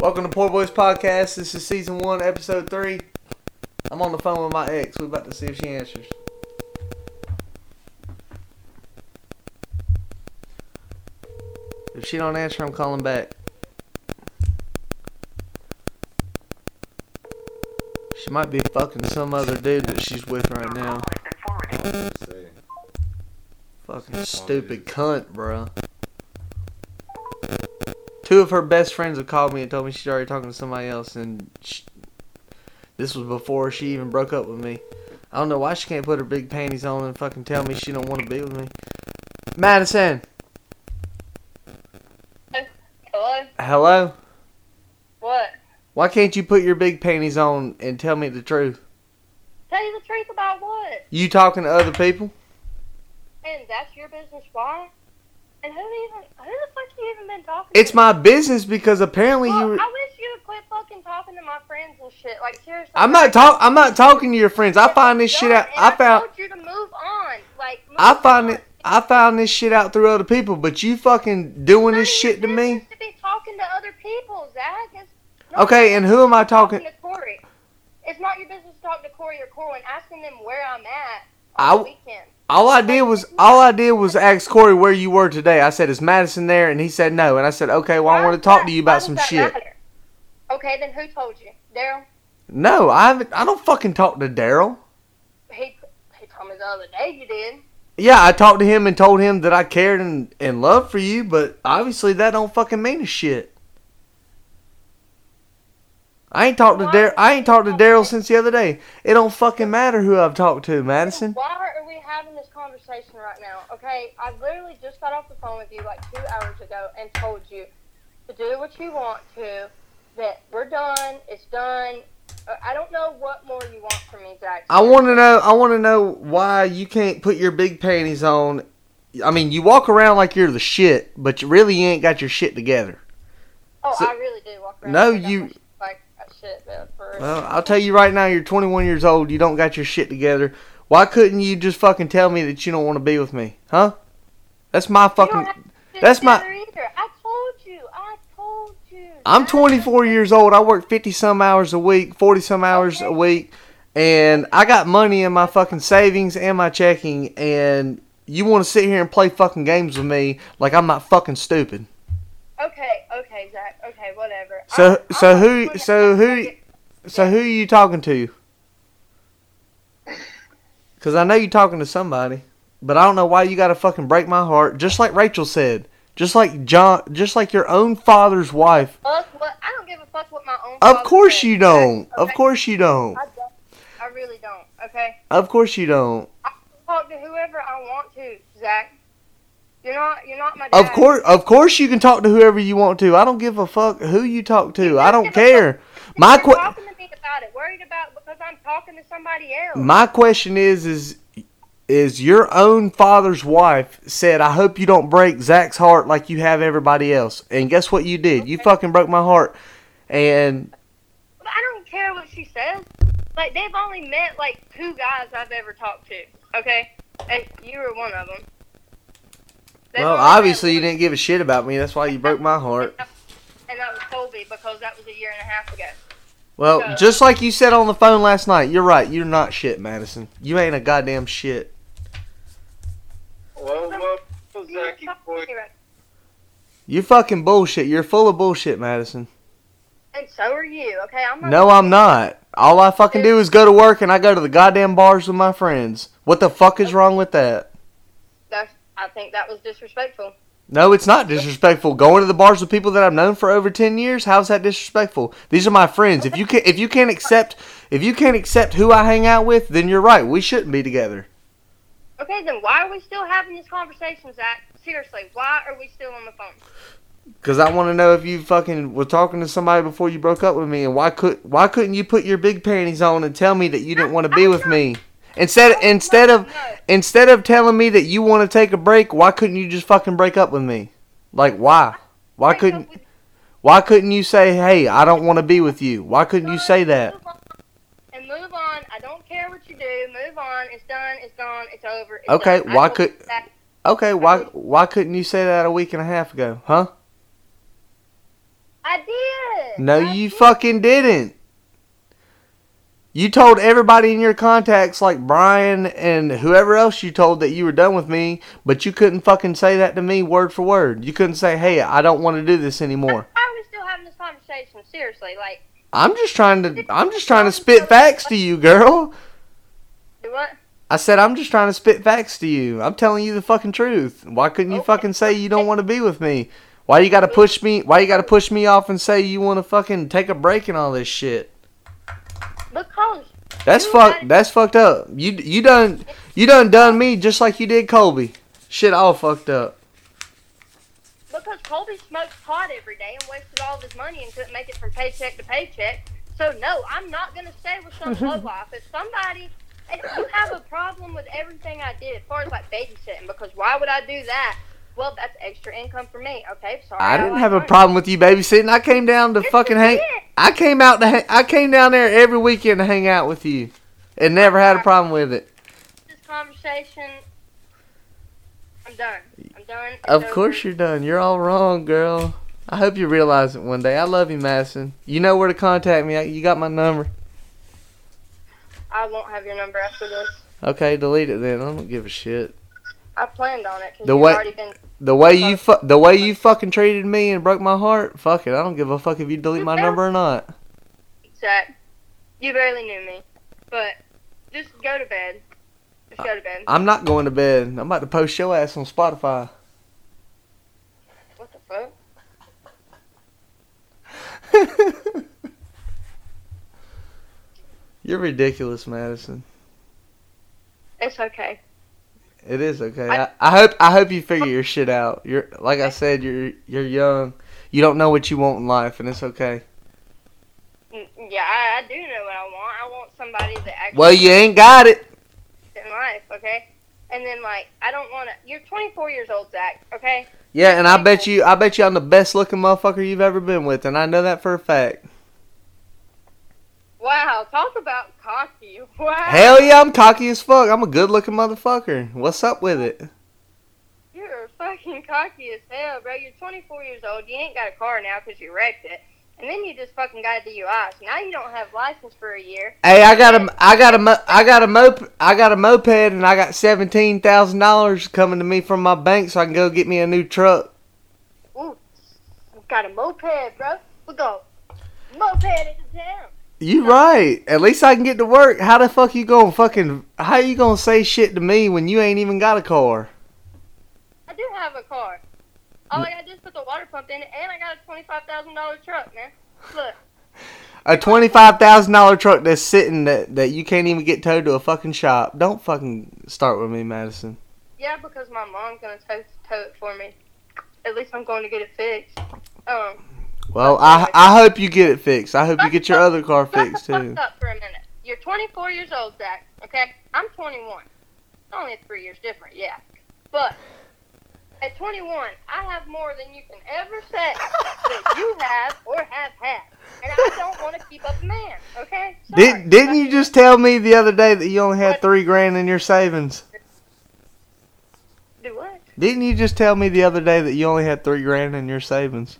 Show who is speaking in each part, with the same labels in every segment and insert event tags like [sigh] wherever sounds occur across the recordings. Speaker 1: Welcome to Poor Boys Podcast. This is season one, episode three. I'm on the phone with my ex. We're about to see if she answers. If she don't answer, I'm calling back. She might be fucking some other dude that she's with right now. Fucking stupid cunt, bro. Two of her best friends have called me and told me she's already talking to somebody else, and sh this was before she even broke up with me. I don't know why she can't put her big panties on and fucking tell me she don't want to be with me. Madison,
Speaker 2: Hello?
Speaker 1: hello.
Speaker 2: What?
Speaker 1: Why can't you put your big panties on and tell me the truth?
Speaker 2: Tell you the truth about what?
Speaker 1: You talking to other people?
Speaker 2: And that's your business why? And who even who the fuck you even been talking
Speaker 1: It's
Speaker 2: to?
Speaker 1: my business because apparently
Speaker 2: Look,
Speaker 1: you. Were,
Speaker 2: I wish you would quit fucking talking to my friends and shit. Like seriously.
Speaker 1: I'm not talk. I'm not talking to your friends. I find this shit out.
Speaker 2: And
Speaker 1: I found.
Speaker 2: told you to move on. Like move
Speaker 1: I find
Speaker 2: on.
Speaker 1: it. I found this shit out through other people, but you fucking doing this
Speaker 2: It's none
Speaker 1: shit
Speaker 2: of your
Speaker 1: to
Speaker 2: business
Speaker 1: me.
Speaker 2: To be talking to other people, Zach. It's not
Speaker 1: Okay,
Speaker 2: your
Speaker 1: and
Speaker 2: business
Speaker 1: who am I
Speaker 2: talking
Speaker 1: talking?
Speaker 2: to Corey. It's not your business to talk to Corey or Corwin, asking them where I'm at
Speaker 1: I
Speaker 2: on the
Speaker 1: w-
Speaker 2: weekend.
Speaker 1: All I did was all I did was ask Corey where you were today. I said, "Is Madison there?" And he said, "No." And I said, "Okay, well, I
Speaker 2: Why
Speaker 1: want to
Speaker 2: does
Speaker 1: talk
Speaker 2: that-
Speaker 1: to you about
Speaker 2: why does
Speaker 1: some
Speaker 2: that
Speaker 1: shit."
Speaker 2: matter? Okay, then who told you? Daryl?
Speaker 1: No, I haven't. I don't fucking talk to Daryl.
Speaker 2: He, he told me the other day you did.
Speaker 1: Yeah, I talked to him and told him that I cared and and love for you, but obviously that don't fucking mean a shit. I ain't talked to
Speaker 2: Why
Speaker 1: Dar-
Speaker 2: would
Speaker 1: I ain't
Speaker 2: you
Speaker 1: talked to
Speaker 2: talk to
Speaker 1: Daryl
Speaker 2: him?
Speaker 1: since the other day. It don't fucking matter who I've talked to, Madison.
Speaker 2: Why are we having this conversation right now? Okay, I literally just got off the phone with you like two hours ago and told you to do what you want to, that we're done, it's done. Uh, I don't know what more you want from me, Zach.
Speaker 1: I want to know. I want to know why you can't put your big panties on. I mean, you walk around like you're the shit, but you really ain't got your shit together.
Speaker 2: Oh,
Speaker 1: so-
Speaker 2: I really do walk around.
Speaker 1: No,
Speaker 2: like I'm
Speaker 1: you-
Speaker 2: Like a shit, man, for real.
Speaker 1: Well, I'll tell you right now, you're 21 years old. You don't got your shit together. Why couldn't you just fucking tell me that you don't want to be with me, huh? That's my
Speaker 2: You
Speaker 1: fucking.
Speaker 2: don't have to
Speaker 1: that's
Speaker 2: sit
Speaker 1: my-
Speaker 2: there Either. I told you. I told you.
Speaker 1: I'm
Speaker 2: Zach.
Speaker 1: 24 years old. I work 50 some hours a week, 40 some hours a
Speaker 2: Okay.
Speaker 1: week, and I got money in my fucking savings and my checking. And you want to sit here and play fucking games with me like I'm not fucking stupid.
Speaker 2: Okay, okay, Zach. Okay, whatever.
Speaker 1: So-
Speaker 2: I'm-
Speaker 1: so
Speaker 2: I'm
Speaker 1: who-
Speaker 2: gonna-
Speaker 1: so who- So who are you talking to? Cause I know you're talking to somebody, but I don't know why you gotta fucking break my heart. Just like Rachel said, just like John, just like your own father's wife.
Speaker 2: Fuck what? I don't give a fuck what my own.
Speaker 1: Of
Speaker 2: father
Speaker 1: course
Speaker 2: says,
Speaker 1: you
Speaker 2: okay?
Speaker 1: don't. Of
Speaker 2: Okay?
Speaker 1: course you don't.
Speaker 2: I don't. I really don't. Okay.
Speaker 1: Of course you don't.
Speaker 2: Talk to whoever I want to, Zach. You're not. You're not my. Dad.
Speaker 1: Of course, of course you can talk to whoever you want to. I don't give a fuck who you talk to. I don't care. My
Speaker 2: You're
Speaker 1: que-
Speaker 2: talking to me about it. Worried about because I'm talking to somebody else.
Speaker 1: my question is is is your own father's wife said i hope you don't break zach's heart like you have everybody else and guess what you did you
Speaker 2: Okay.
Speaker 1: fucking broke my heart and
Speaker 2: But I don't care what she says. Like they've only met like two guys I've ever talked to. Okay, and you were one of them.
Speaker 1: well obviously you didn't give a shit about me that's why you broke my
Speaker 2: [laughs]
Speaker 1: heart
Speaker 2: And that was Colby because that was a year and a half ago.
Speaker 1: well
Speaker 2: Yeah.
Speaker 1: just like you said on the phone last night you're right you're not shit madison you ain't a goddamn shit
Speaker 3: Well, well, Zachy boy.
Speaker 1: you fucking bullshit you're full of bullshit madison
Speaker 2: And so are you. Okay, I'm not.
Speaker 1: no i'm not all i fucking do is go to work and i go to the goddamn bars with my friends what the fuck is wrong with that
Speaker 2: That's, I think that was disrespectful.
Speaker 1: No, it's not disrespectful. Going to the bars with people that I've known for over ten years, how's that disrespectful? These are my friends. If you can if you can't accept if you can't accept who I hang out with, then you're right. We shouldn't be together.
Speaker 2: Okay, then why are we still having this conversation, Zach? Seriously, why are we still on the phone?
Speaker 1: Cause I want to know if you fucking were talking to somebody before you broke up with me, and why could why couldn't you put your big panties on and tell me that you didn't want to be with me? Instead instead of
Speaker 2: No.
Speaker 1: instead of telling me that you want to take a break, why couldn't you just fucking break up with me? Like why? Why couldn't why couldn't you say, hey, I don't want to be with you? Why couldn't you say that?
Speaker 2: Move on. And move on. I don't care what you do. Move on. It's done. It's gone. It's over. It's
Speaker 1: Okay,
Speaker 2: done. I
Speaker 1: why
Speaker 2: told
Speaker 1: could-
Speaker 2: you that.
Speaker 1: Okay, why why couldn't you say that a week and a half ago, huh?
Speaker 2: I did? did.
Speaker 1: No,
Speaker 2: I
Speaker 1: you fucking didn't. You told everybody in your contacts, like Brian and whoever else you told, that you were done with me, but you couldn't fucking say that to me word for word. You couldn't say, hey, I don't want to do this anymore.
Speaker 2: Why are we still having this conversation? Seriously, like,
Speaker 1: I'm just trying to, I'm just trying to spit facts to you, girl.
Speaker 2: do what?
Speaker 1: I said, I'm just trying to spit facts to you. I'm telling you the fucking truth. Why couldn't you fucking say you don't want to be with me? Why you gotta push me, why you gotta push me off and say you want to fucking take a break and all this shit?
Speaker 2: Because
Speaker 1: That's
Speaker 2: You
Speaker 1: fuck.
Speaker 2: got-
Speaker 1: That's fucked up. You you done you done done me just like you did Kobe. Shit, all fucked up.
Speaker 2: because Colby smoked pot every day and wasted all of his money and couldn't make it from paycheck to paycheck. So no, I'm not gonna stay with
Speaker 1: [laughs]
Speaker 2: some low life. If somebody, if you have a problem with everything I did, as far as like babysitting, because why would I do that? Well, that's extra income for me. Okay, sorry.
Speaker 1: I didn't
Speaker 2: like
Speaker 1: have a
Speaker 2: money.
Speaker 1: problem with you babysitting. I came down to
Speaker 2: Yes,
Speaker 1: fucking
Speaker 2: you
Speaker 1: hang.
Speaker 2: did.
Speaker 1: I came out to. Hang, I came down there every weekend to hang out with you, and never had a problem with it.
Speaker 2: This conversation. I'm done. I'm done. It's
Speaker 1: Of
Speaker 2: over.
Speaker 1: course you're done. You're all wrong, girl. I hope you realize it one day. I love you, Madison. You know where to contact me. You got my number.
Speaker 2: I won't have your number after this.
Speaker 1: Okay, delete it then. I don't give a shit.
Speaker 2: I planned on it because
Speaker 1: The
Speaker 2: you've
Speaker 1: what-
Speaker 2: already been.
Speaker 1: The way you fu- the way you fucking treated me and broke my heart, fuck it. I don't give a fuck if you delete my number or not.
Speaker 2: Zach, you barely knew me, but just go to bed. Just go to bed.
Speaker 1: I'm not going to bed. I'm about to post your ass on Spotify. [laughs]
Speaker 2: What the fuck?
Speaker 1: You're ridiculous, Madison.
Speaker 2: It's okay.
Speaker 1: It is okay. I, I hope I hope you figure your shit out. You're like I said, you're you're young. You don't know what you want in life, and it's okay.
Speaker 2: Mm, Yeah, I, I do know what I want. I want somebody that actually
Speaker 1: Well, you ain't got it.
Speaker 2: in life, okay? And then like, I don't want to. You're 24 years old, Zach. Okay?
Speaker 1: Yeah, and I bet you I bet you I'm the best looking motherfucker you've ever been with, and I know that for a fact.
Speaker 2: Wow, talk about cocky. [laughs] Wow.
Speaker 1: Hell yeah, I'm cocky as fuck. I'm a good looking motherfucker. What's up with it?
Speaker 2: You're fucking cocky as hell, bro. You're 24 years old. You ain't got a car now 'cause you wrecked it. And then you just fucking got a DUI. So now you don't have license for a year.
Speaker 1: Hey, I got a, I got a, mo- I got a mop, I got a moped, and I got seventeen thousand dollars coming to me from my bank, so I can go get me a new truck.
Speaker 2: Ooh, we got a moped, bro. We go moped into town.
Speaker 1: You right? At least I can get to work. How the fuck you gonna fucking? How you gonna say shit to me when you ain't even got a car?
Speaker 2: I do have a car. All I gotta do is put the water pump in it, and I got a twenty-five thousand dollar truck, man. Look,
Speaker 1: A twenty five thousand dollar truck that's sitting that that you can't even get towed to a fucking shop. Don't fucking start with me, Madison.
Speaker 2: yeah, because my mom's gonna tow, tow it for me. At least I'm going to get it fixed. Um,
Speaker 1: Well, I I hope you get it fixed. I hope you get your other car fixed
Speaker 2: [laughs] Shut
Speaker 1: too.
Speaker 2: the fuck up for a minute. You're 24 years old, Zach. Okay, I'm 21. It's only three years different, yeah. But at 21, I have more than you can ever
Speaker 1: [laughs]
Speaker 2: say that you have or have had, and I don't want to keep up a man. Okay? Sorry.
Speaker 1: Did, didn't you just tell me the other day that you only had three grand in your savings?
Speaker 2: do what?
Speaker 1: Didn't you just tell me the other day that you only had three grand in your savings?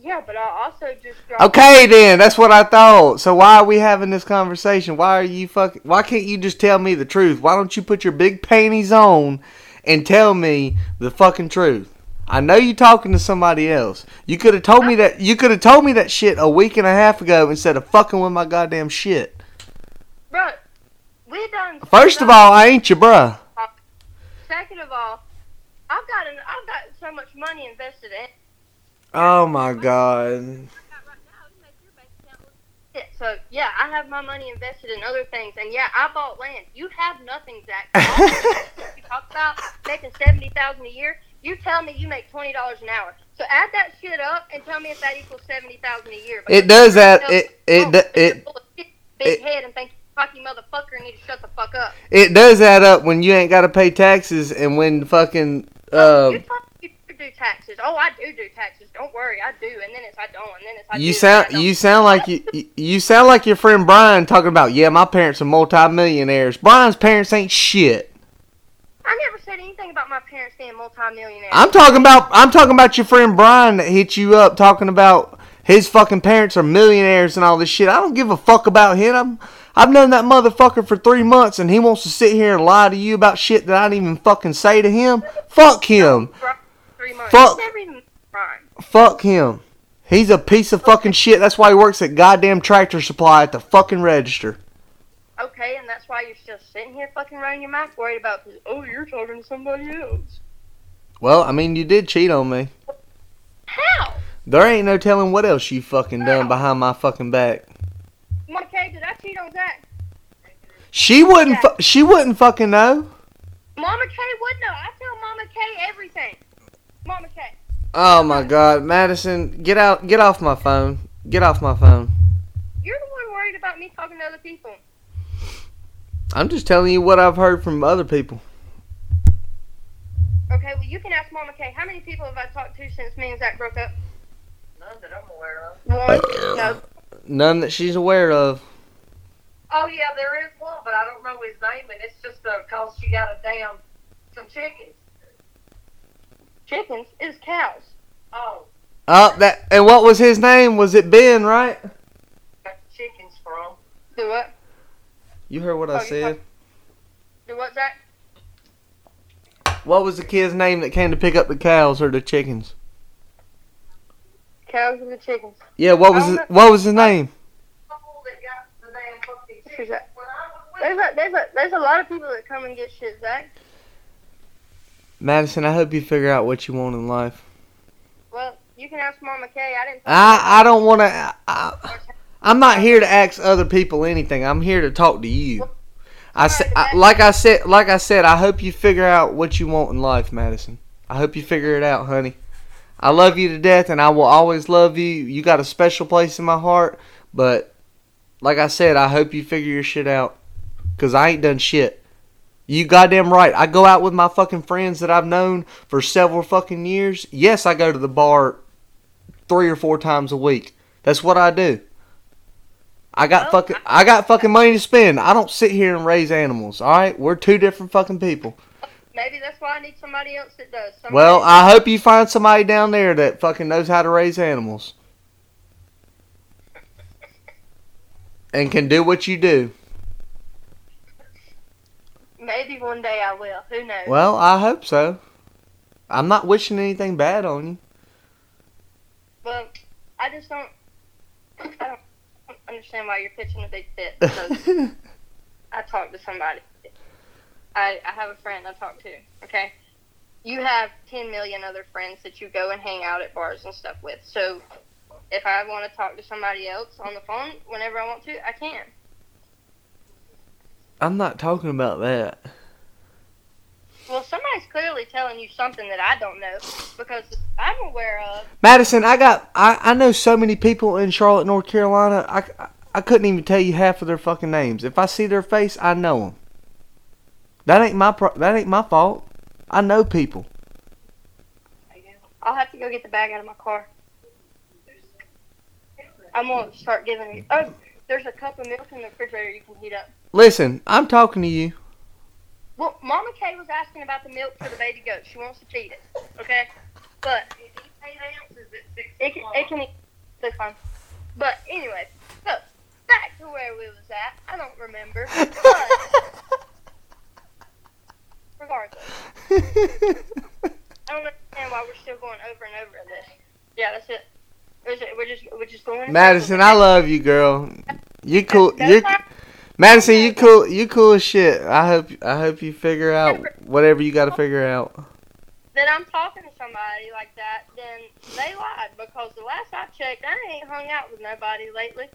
Speaker 2: Yeah, but I also just dropped.
Speaker 1: Okay, then that's what I thought. So why are we having this conversation? Why are you fucking? Why can't you just tell me the truth? Why don't you put your big panties on and tell me the fucking truth? I know you talking to somebody else. You could have told me that. You could have told me that shit a week and a half ago instead of fucking with my goddamn shit.
Speaker 2: Bro, we done.
Speaker 1: First of all, I ain't your bruh.
Speaker 2: Second of all, I've got an, I've got so much money invested in.
Speaker 1: Oh my god.
Speaker 2: Yeah, So yeah, I have my money invested in other things, and yeah, I bought land. You have nothing,
Speaker 1: [laughs]
Speaker 2: Zach. All you talk about making seventy thousand a year. You tell me you make twenty dollars an hour. So add that shit up and tell me if that equals seventy thousand a year.
Speaker 1: [laughs] It does that- it- it
Speaker 2: Oh,
Speaker 1: do- it-
Speaker 2: you're full of shit, big
Speaker 1: it-
Speaker 2: head and think you're a cocky motherfucker and need to shut the fuck up.
Speaker 1: It does add up when you ain't got to pay taxes and when fucking.
Speaker 2: Oh,
Speaker 1: Um,
Speaker 2: you tell me you do taxes. Oh, I do do taxes. Don't worry, I do. And then it's I don't. And then it's I do.
Speaker 1: You
Speaker 2: and I
Speaker 1: sound
Speaker 2: don't.
Speaker 1: you sound like you you- you sound like your friend Brian talking about yeah my parents are multimillionaires. Brian's parents ain't shit.
Speaker 2: I never said anything about my parents being multimillionaires.
Speaker 1: I'm talking about I'm talking about your friend Brian that hit you up talking about His fucking parents are millionaires and all this shit. I don't give a fuck about him. i have known that motherfucker for three months and he wants to sit here and lie to you about shit that I didn't even fucking say to him. Fuck him.
Speaker 2: Right, Three months.
Speaker 1: Fuck.
Speaker 2: Never even crime.
Speaker 1: Fuck him. He's a piece of fucking shit. That's why he works at goddamn tractor supply at the fucking register.
Speaker 2: Okay, and that's why you're still sitting here fucking running your mouth worried about, 'cause, oh, you're talking to somebody else.
Speaker 1: Well, I mean, you did cheat on me.
Speaker 2: How?
Speaker 1: There ain't no telling what else you fucking done behind my fucking back.
Speaker 2: Okay, did I cheat on Zach?
Speaker 1: She wouldn't. Fu- she wouldn't fucking know.
Speaker 2: Mama K would know. I tell Mama K everything. Mama K.
Speaker 1: Oh my God, Madison, get out, get off my phone, get off my phone.
Speaker 2: You're the one worried about me talking to other people.
Speaker 1: I'm just telling you what I've heard from other people.
Speaker 2: Okay, well, you can ask Mama K. How many people have I talked to since me and Zach broke up?
Speaker 3: None that I'm aware of.
Speaker 2: One. no.
Speaker 1: None that she's aware of.
Speaker 3: Oh yeah, there is one, but I don't know his name, and it's just uh 'cause she got a damn some chickens.
Speaker 2: Chickens is cows.
Speaker 3: Oh,
Speaker 1: Oh, that and what was his name? Was it Ben? Right?
Speaker 3: got chickens from.
Speaker 2: Do what?
Speaker 1: You heard what
Speaker 2: Oh,
Speaker 1: I
Speaker 2: you
Speaker 1: said.
Speaker 2: Do what, Zach?
Speaker 1: What was the kid's name that came to pick up the cows or the chickens?
Speaker 2: Cows and the chickens.
Speaker 1: Yeah, what was
Speaker 2: I
Speaker 1: his,
Speaker 2: don't
Speaker 1: what was his name?
Speaker 3: Couple that got the damn fucking
Speaker 2: Who's
Speaker 3: chickens.
Speaker 2: that?
Speaker 3: When I was with
Speaker 2: There's a, there's a, there's a lot of people that come and get shit, Zach.
Speaker 1: Madison, I hope you figure out what you want in life.
Speaker 2: Well, you can ask Mama K. I didn't.
Speaker 1: I I don't want to. I, I'm not here to ask other people anything. I'm here to talk to you. I, sa- I like I said like I said. I hope you figure out what you want in life, Madison. I hope you figure it out, honey. I love you to death, and I will always love you. You got a special place in my heart, but like I said, I hope you figure your shit out. Cause I ain't done shit. You goddamn right. I go out with my fucking friends that I've known for several fucking years. Yes, I go to the bar three or four times a week. That's what I do. I got
Speaker 2: Well,
Speaker 1: fucking I got fucking money to spend. I don't sit here and raise animals. All right, we're two different fucking people.
Speaker 2: Maybe that's why I need somebody else that does. Somebody
Speaker 1: Well, I hope you find somebody down there that fucking knows how to raise animals and can do what you do.
Speaker 2: maybe one day I will. Who knows?
Speaker 1: Well, I hope so. I'm not wishing anything bad on you.
Speaker 2: But I just don't. I don't understand why you're pitching a big
Speaker 1: [laughs]
Speaker 2: fit. Because I talked to somebody. I I have a friend I talk to. Okay. You have ten million other friends that you go and hang out at bars and stuff with. So if I want to talk to somebody else on the phone whenever I want to, I can.
Speaker 1: I'm not talking about that.
Speaker 2: Well, somebody's clearly telling you something that I don't know because I'm aware of.
Speaker 1: Madison, I got I, I know so many people in Charlotte, North Carolina. I, I I couldn't even tell you half of their fucking names. If I see their face, I know them. That ain't my pro- that ain't my fault. I know people.
Speaker 2: I'll have to go get the bag out of my car. I'm gonna start giving you. Oh, there's a cup of milk in the refrigerator you can heat up.
Speaker 1: Listen, I'm talking to you. [laughs]
Speaker 2: Well, Mama Kay was asking about the milk for the baby goat. She wants to feed it, okay? But
Speaker 3: eight ounces at six
Speaker 2: it can, it can eat. That's fine. But anyway, so back to where we was at. I don't
Speaker 1: [laughs]
Speaker 2: remember. But regardless, I don't understand why we're still going over and over this. Yeah, that's it. There's a- We're just we're just going.
Speaker 1: Madison, I love you, girl. You cool. You
Speaker 2: That's
Speaker 1: Madison, you cool. You cool as shit. I hope I hope you figure out whatever you got to figure out.
Speaker 2: that I'm talking to somebody like that, then they lied because the last I checked, I ain't hung out with nobody lately.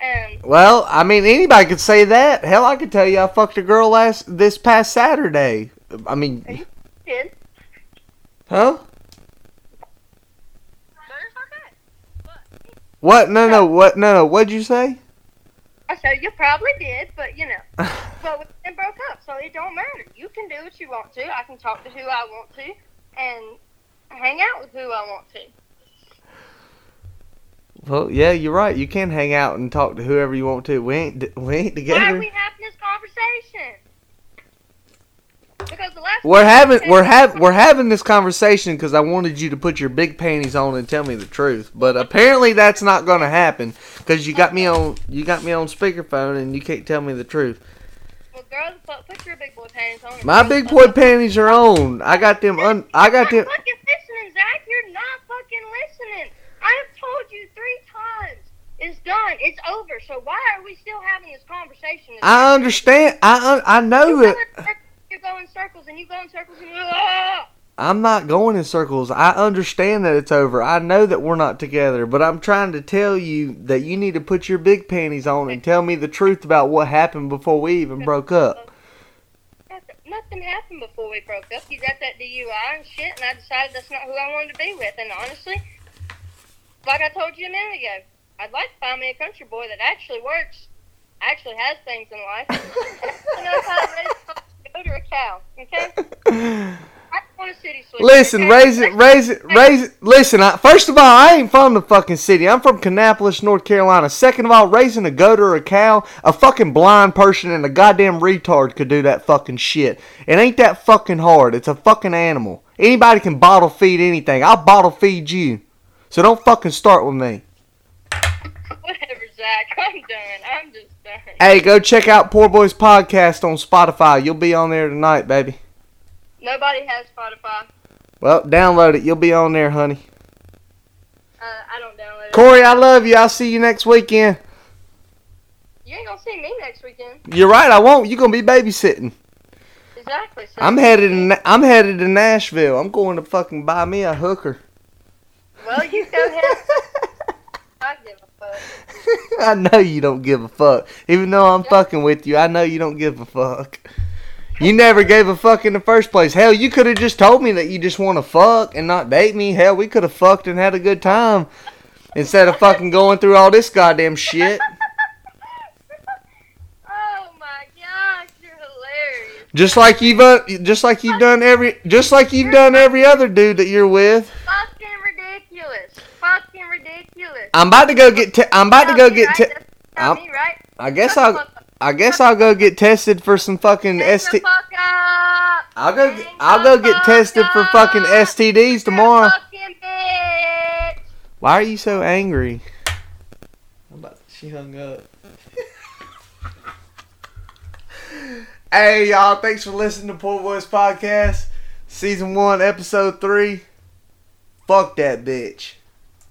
Speaker 2: And
Speaker 1: Well, I mean, anybody could say that. Hell, I could tell you I fucked a girl last this past Saturday. I mean,
Speaker 2: kid,
Speaker 1: huh?
Speaker 2: but it's okay.
Speaker 1: What? No, no. What? No, no. What'd you say?
Speaker 2: I said you probably did, but you know,
Speaker 1: [laughs]
Speaker 2: but we then broke up, so it don't matter. You can do what you want to. I can talk to who I want to, and hang out with who I want to.
Speaker 1: Well, yeah, you're right. You can hang out and talk to whoever you want to. We ain't. We ain't
Speaker 2: Why are
Speaker 1: together.
Speaker 2: we having this conversation? Because the last
Speaker 1: We're having
Speaker 2: [laughs]
Speaker 1: we're have we're having this conversation because I wanted you to put your big panties on and tell me the truth, but apparently that's not gonna happen because you got me on you got me on speakerphone and you can't tell me the truth.
Speaker 2: Well, girls, put, put your big boy panties on.
Speaker 1: My big boy panties are on. I got them un I got
Speaker 2: You're
Speaker 1: them.
Speaker 2: not fucking listening, Zach. You're not fucking listening. I have told you three times. It's done. It's over. So why are we still having this conversation?
Speaker 1: I understand. I un- I know
Speaker 2: You go,
Speaker 1: that
Speaker 2: in circles, you go in circles and you go in circles and "Ah!" you. Ugh.
Speaker 1: I'm not going in circles. I understand that it's over. I know that we're not together, but I'm trying to tell you that you need to put your big panties on and tell me the truth about what happened before we even broke up.
Speaker 2: Nothing, nothing happened before we broke up. He's at that DUI and shit, and I decided that's not who I wanted to be with. And honestly, like I told you a minute ago, I'd like to find me a country boy that actually works, actually has things in life,
Speaker 1: [laughs]
Speaker 2: and knows how to raise a goat or a cow. Okay? I just want a city sweeper.
Speaker 1: Listen,
Speaker 2: okay?
Speaker 1: raise it, raise it, raise it. Listen, I, first of all, I ain't from the fucking city. I'm from Kannapolis, North Carolina. Second of all, raising a goat or a cow, a fucking blind person and a goddamn retard could do that fucking shit. It ain't that fucking hard. It's a fucking animal. Anybody can bottle feed anything. I'll bottle feed you. So don't fucking start with me.
Speaker 2: [laughs] Whatever, Zach. I'm done. I'm just done.
Speaker 1: Hey, go check out Poor Boys Podcast on Spotify. You'll be on there tonight, baby.
Speaker 2: Nobody has Spotify.
Speaker 1: Well, download it. You'll be on there, honey.
Speaker 2: Uh, I don't download it.
Speaker 1: Corey, I love you. I'll see you next weekend.
Speaker 2: You ain't gonna see me next weekend.
Speaker 1: You're right. I won't. You're gonna be babysitting.
Speaker 2: Exactly. So
Speaker 1: I'm headed. In, I'm headed to Nashville. I'm going to fucking buy me a hooker. [laughs]
Speaker 2: Well, you go ahead. I give a fuck.
Speaker 1: I know you don't give a fuck. Even though I'm fucking with you, I know you don't give a fuck. You never gave a fuck in the first place. Hell, you could have just told me that you just want to fuck and not date me. Hell, we could have fucked and had a good time instead of fucking going through all this goddamn shit.
Speaker 2: oh my gosh, you're hilarious.
Speaker 1: Just like you've uh, just like you've done every just like you've done every other dude that you're with.
Speaker 2: Fucking ridiculous. Fucking ridiculous.
Speaker 1: I'm about to go get. Te- I'm about to go
Speaker 2: Tell me,
Speaker 1: get.
Speaker 2: right?
Speaker 1: Te-
Speaker 2: That's- tell
Speaker 1: I'm-
Speaker 2: me, right?
Speaker 1: I guess
Speaker 2: Shut the
Speaker 1: I'll.
Speaker 2: fuck up.
Speaker 1: I guess I'll go get tested for some fucking
Speaker 2: Shut the
Speaker 1: ST.
Speaker 2: fuck up.
Speaker 1: I'll go.
Speaker 2: Shut
Speaker 1: I'll go get
Speaker 2: the
Speaker 1: tested
Speaker 2: fuck
Speaker 1: for fucking
Speaker 2: up.
Speaker 1: STDs
Speaker 2: You're a
Speaker 1: tomorrow.
Speaker 2: Fucking bitch.
Speaker 1: Why are you so angry? I'm about. She hung up. [laughs] hey y'all! Thanks for listening to Poor Boys Podcast, Season One, Episode Three. Fuck that bitch.